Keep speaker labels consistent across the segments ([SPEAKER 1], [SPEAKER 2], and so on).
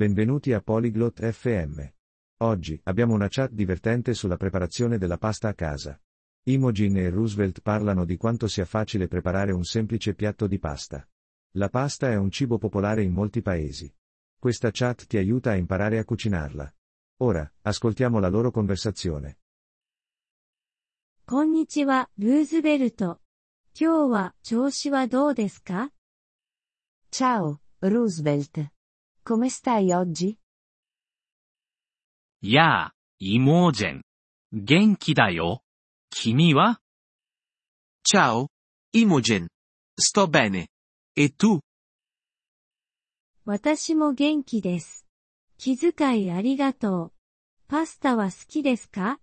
[SPEAKER 1] Benvenuti a Polyglot FM. Oggi abbiamo una chat divertente sulla preparazione della pasta a casa. Imogen e Roosevelt parlano di quanto sia facile preparare un semplice piatto di pasta. La pasta è un cibo popolare in molti paesi. Questa chat ti aiuta a imparare a cucinarla. Ora, ascoltiamo la loro conversazione.
[SPEAKER 2] こんにちは、ルーズベルト。今日は調子はどうですか
[SPEAKER 3] Ciao, Roosevelt. Come stai oggi?
[SPEAKER 4] やあ、イモージェン。元気だよ。君は
[SPEAKER 5] Ciao, Imogen. Sto bene. E tu?
[SPEAKER 2] 私も元気です。気遣いありがとう。パスタは好きですか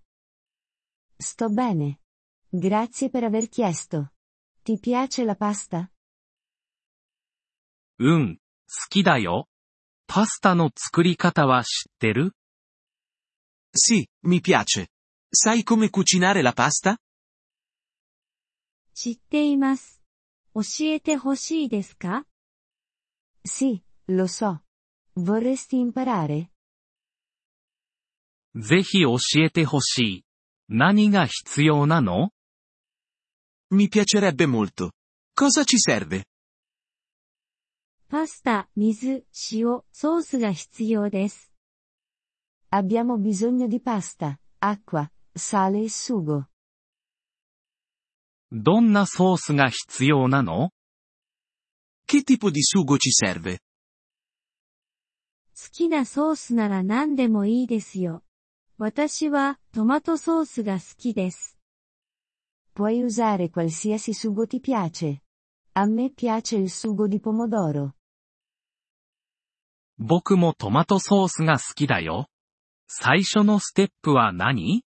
[SPEAKER 3] Sto bene. Grazie per aver chiesto. Ti piace la pasta?
[SPEAKER 4] うん、好きだよ。パスタの作り方は知ってる
[SPEAKER 5] Sì, mi piace. Sai come cucinare la pasta?
[SPEAKER 2] 知っています。教えてほしいですか
[SPEAKER 3] Sì, lo so. Vorresti imparare?
[SPEAKER 4] ぜひ教えてほしい。何が必要なの
[SPEAKER 5] Mi piacerebbe molto. Cosa ci serve?
[SPEAKER 2] パスタ、水、塩、ソースが必要です。
[SPEAKER 3] Abbiamo bisogno di pasta, acqua, sale e sugo.
[SPEAKER 4] どんなソースが必要なの
[SPEAKER 5] Che tipo di sugo ci serve?
[SPEAKER 2] 好きなソースなら何でもいいですよ。私はトマトソースが好きです。
[SPEAKER 3] Puoi usare qualsiasi sugo ti piace. A me piace il sugo di pomodoro.
[SPEAKER 4] 僕もトマトソースが好きだよ。最初のステップは何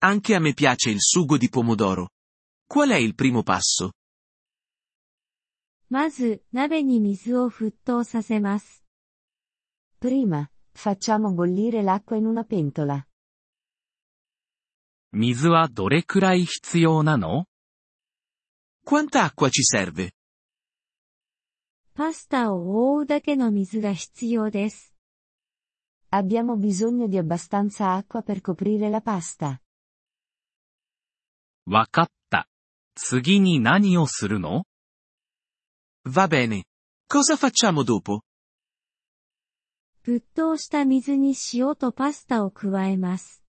[SPEAKER 5] Anche a me piace il sugo di pomodoro. Qual è il primo passo?
[SPEAKER 2] まず、鍋に水を沸騰させます。
[SPEAKER 3] Prima, facciamo bollire l'acqua in una pentola.
[SPEAKER 4] 水はどれくらい必要なの
[SPEAKER 5] Quanta acqua ci serve?
[SPEAKER 2] パスタを覆うだけの水が必要です。
[SPEAKER 3] Abbiamo bisogno di abbastanza acqua per coprire la pasta.
[SPEAKER 4] わかった。次に何をするの
[SPEAKER 5] Va bene. Cosa facciamo dopo?
[SPEAKER 2] 沸騰した水に塩とパスタを加えます。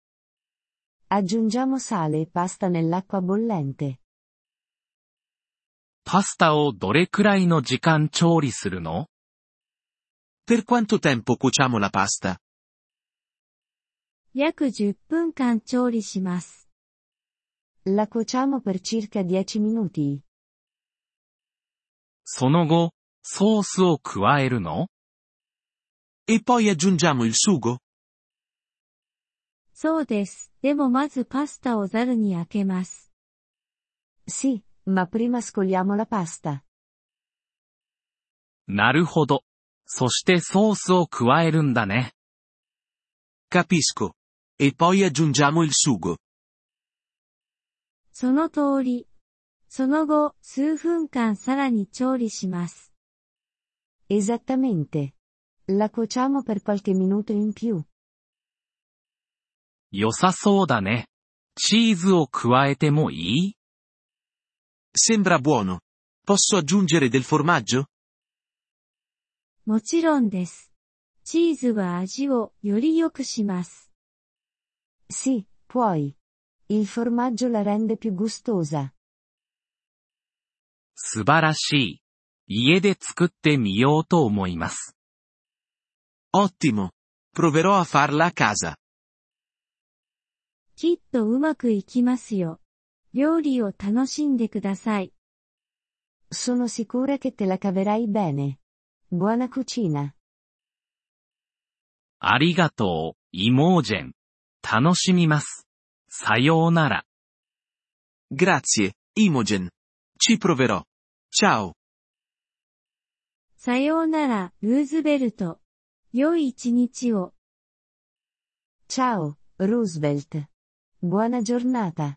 [SPEAKER 3] Aggiungiamo sale e pasta nell'acqua bollente.
[SPEAKER 4] パスタをどれくらいの時間調理するの
[SPEAKER 5] Per quanto tempo cuociamo la pasta?
[SPEAKER 2] 約10分間調理します。
[SPEAKER 3] La cuociamo per circa 10 minuti.
[SPEAKER 4] その後、ソースを加えるの
[SPEAKER 5] E poi aggiungiamo il sugo?
[SPEAKER 2] そうです。でもまずパスタをザルにあけます。
[SPEAKER 3] Sì, ma prima scoliamo la pasta.
[SPEAKER 4] なるほど。そしてソースを加えるんだね。
[SPEAKER 5] Capisco. E poi aggiungiamo il sugo.
[SPEAKER 2] その通り。その後、数分間さらに調理します。
[SPEAKER 3] Esattamente. La cuociamo per qualche minuto in più.
[SPEAKER 4] 良さそうだね。チーズを加えてもいい
[SPEAKER 5] Sembra buono. Posso aggiungere del formaggio?
[SPEAKER 2] もちろんです。チーズは味をより良くします。
[SPEAKER 3] Sì, puoi. Il formaggio la rende più gustosa.
[SPEAKER 4] 素晴らしい。家で作ってみようと思います。
[SPEAKER 5] Ottimo. Proverò a farla a casa.
[SPEAKER 2] きっとうまくいきますよ。料理を楽しんでください。
[SPEAKER 3] Sono sicura che te la caverai bene. Buona cucina.
[SPEAKER 4] ありがとう、イモージェン。楽しみます。さようなら。
[SPEAKER 5] Grazie, Imogen. Ci proverò. Ciao.
[SPEAKER 2] さようなら、ルーズベルト。良い一日を。
[SPEAKER 3] Ciao, Roosevelt. Buona giornata.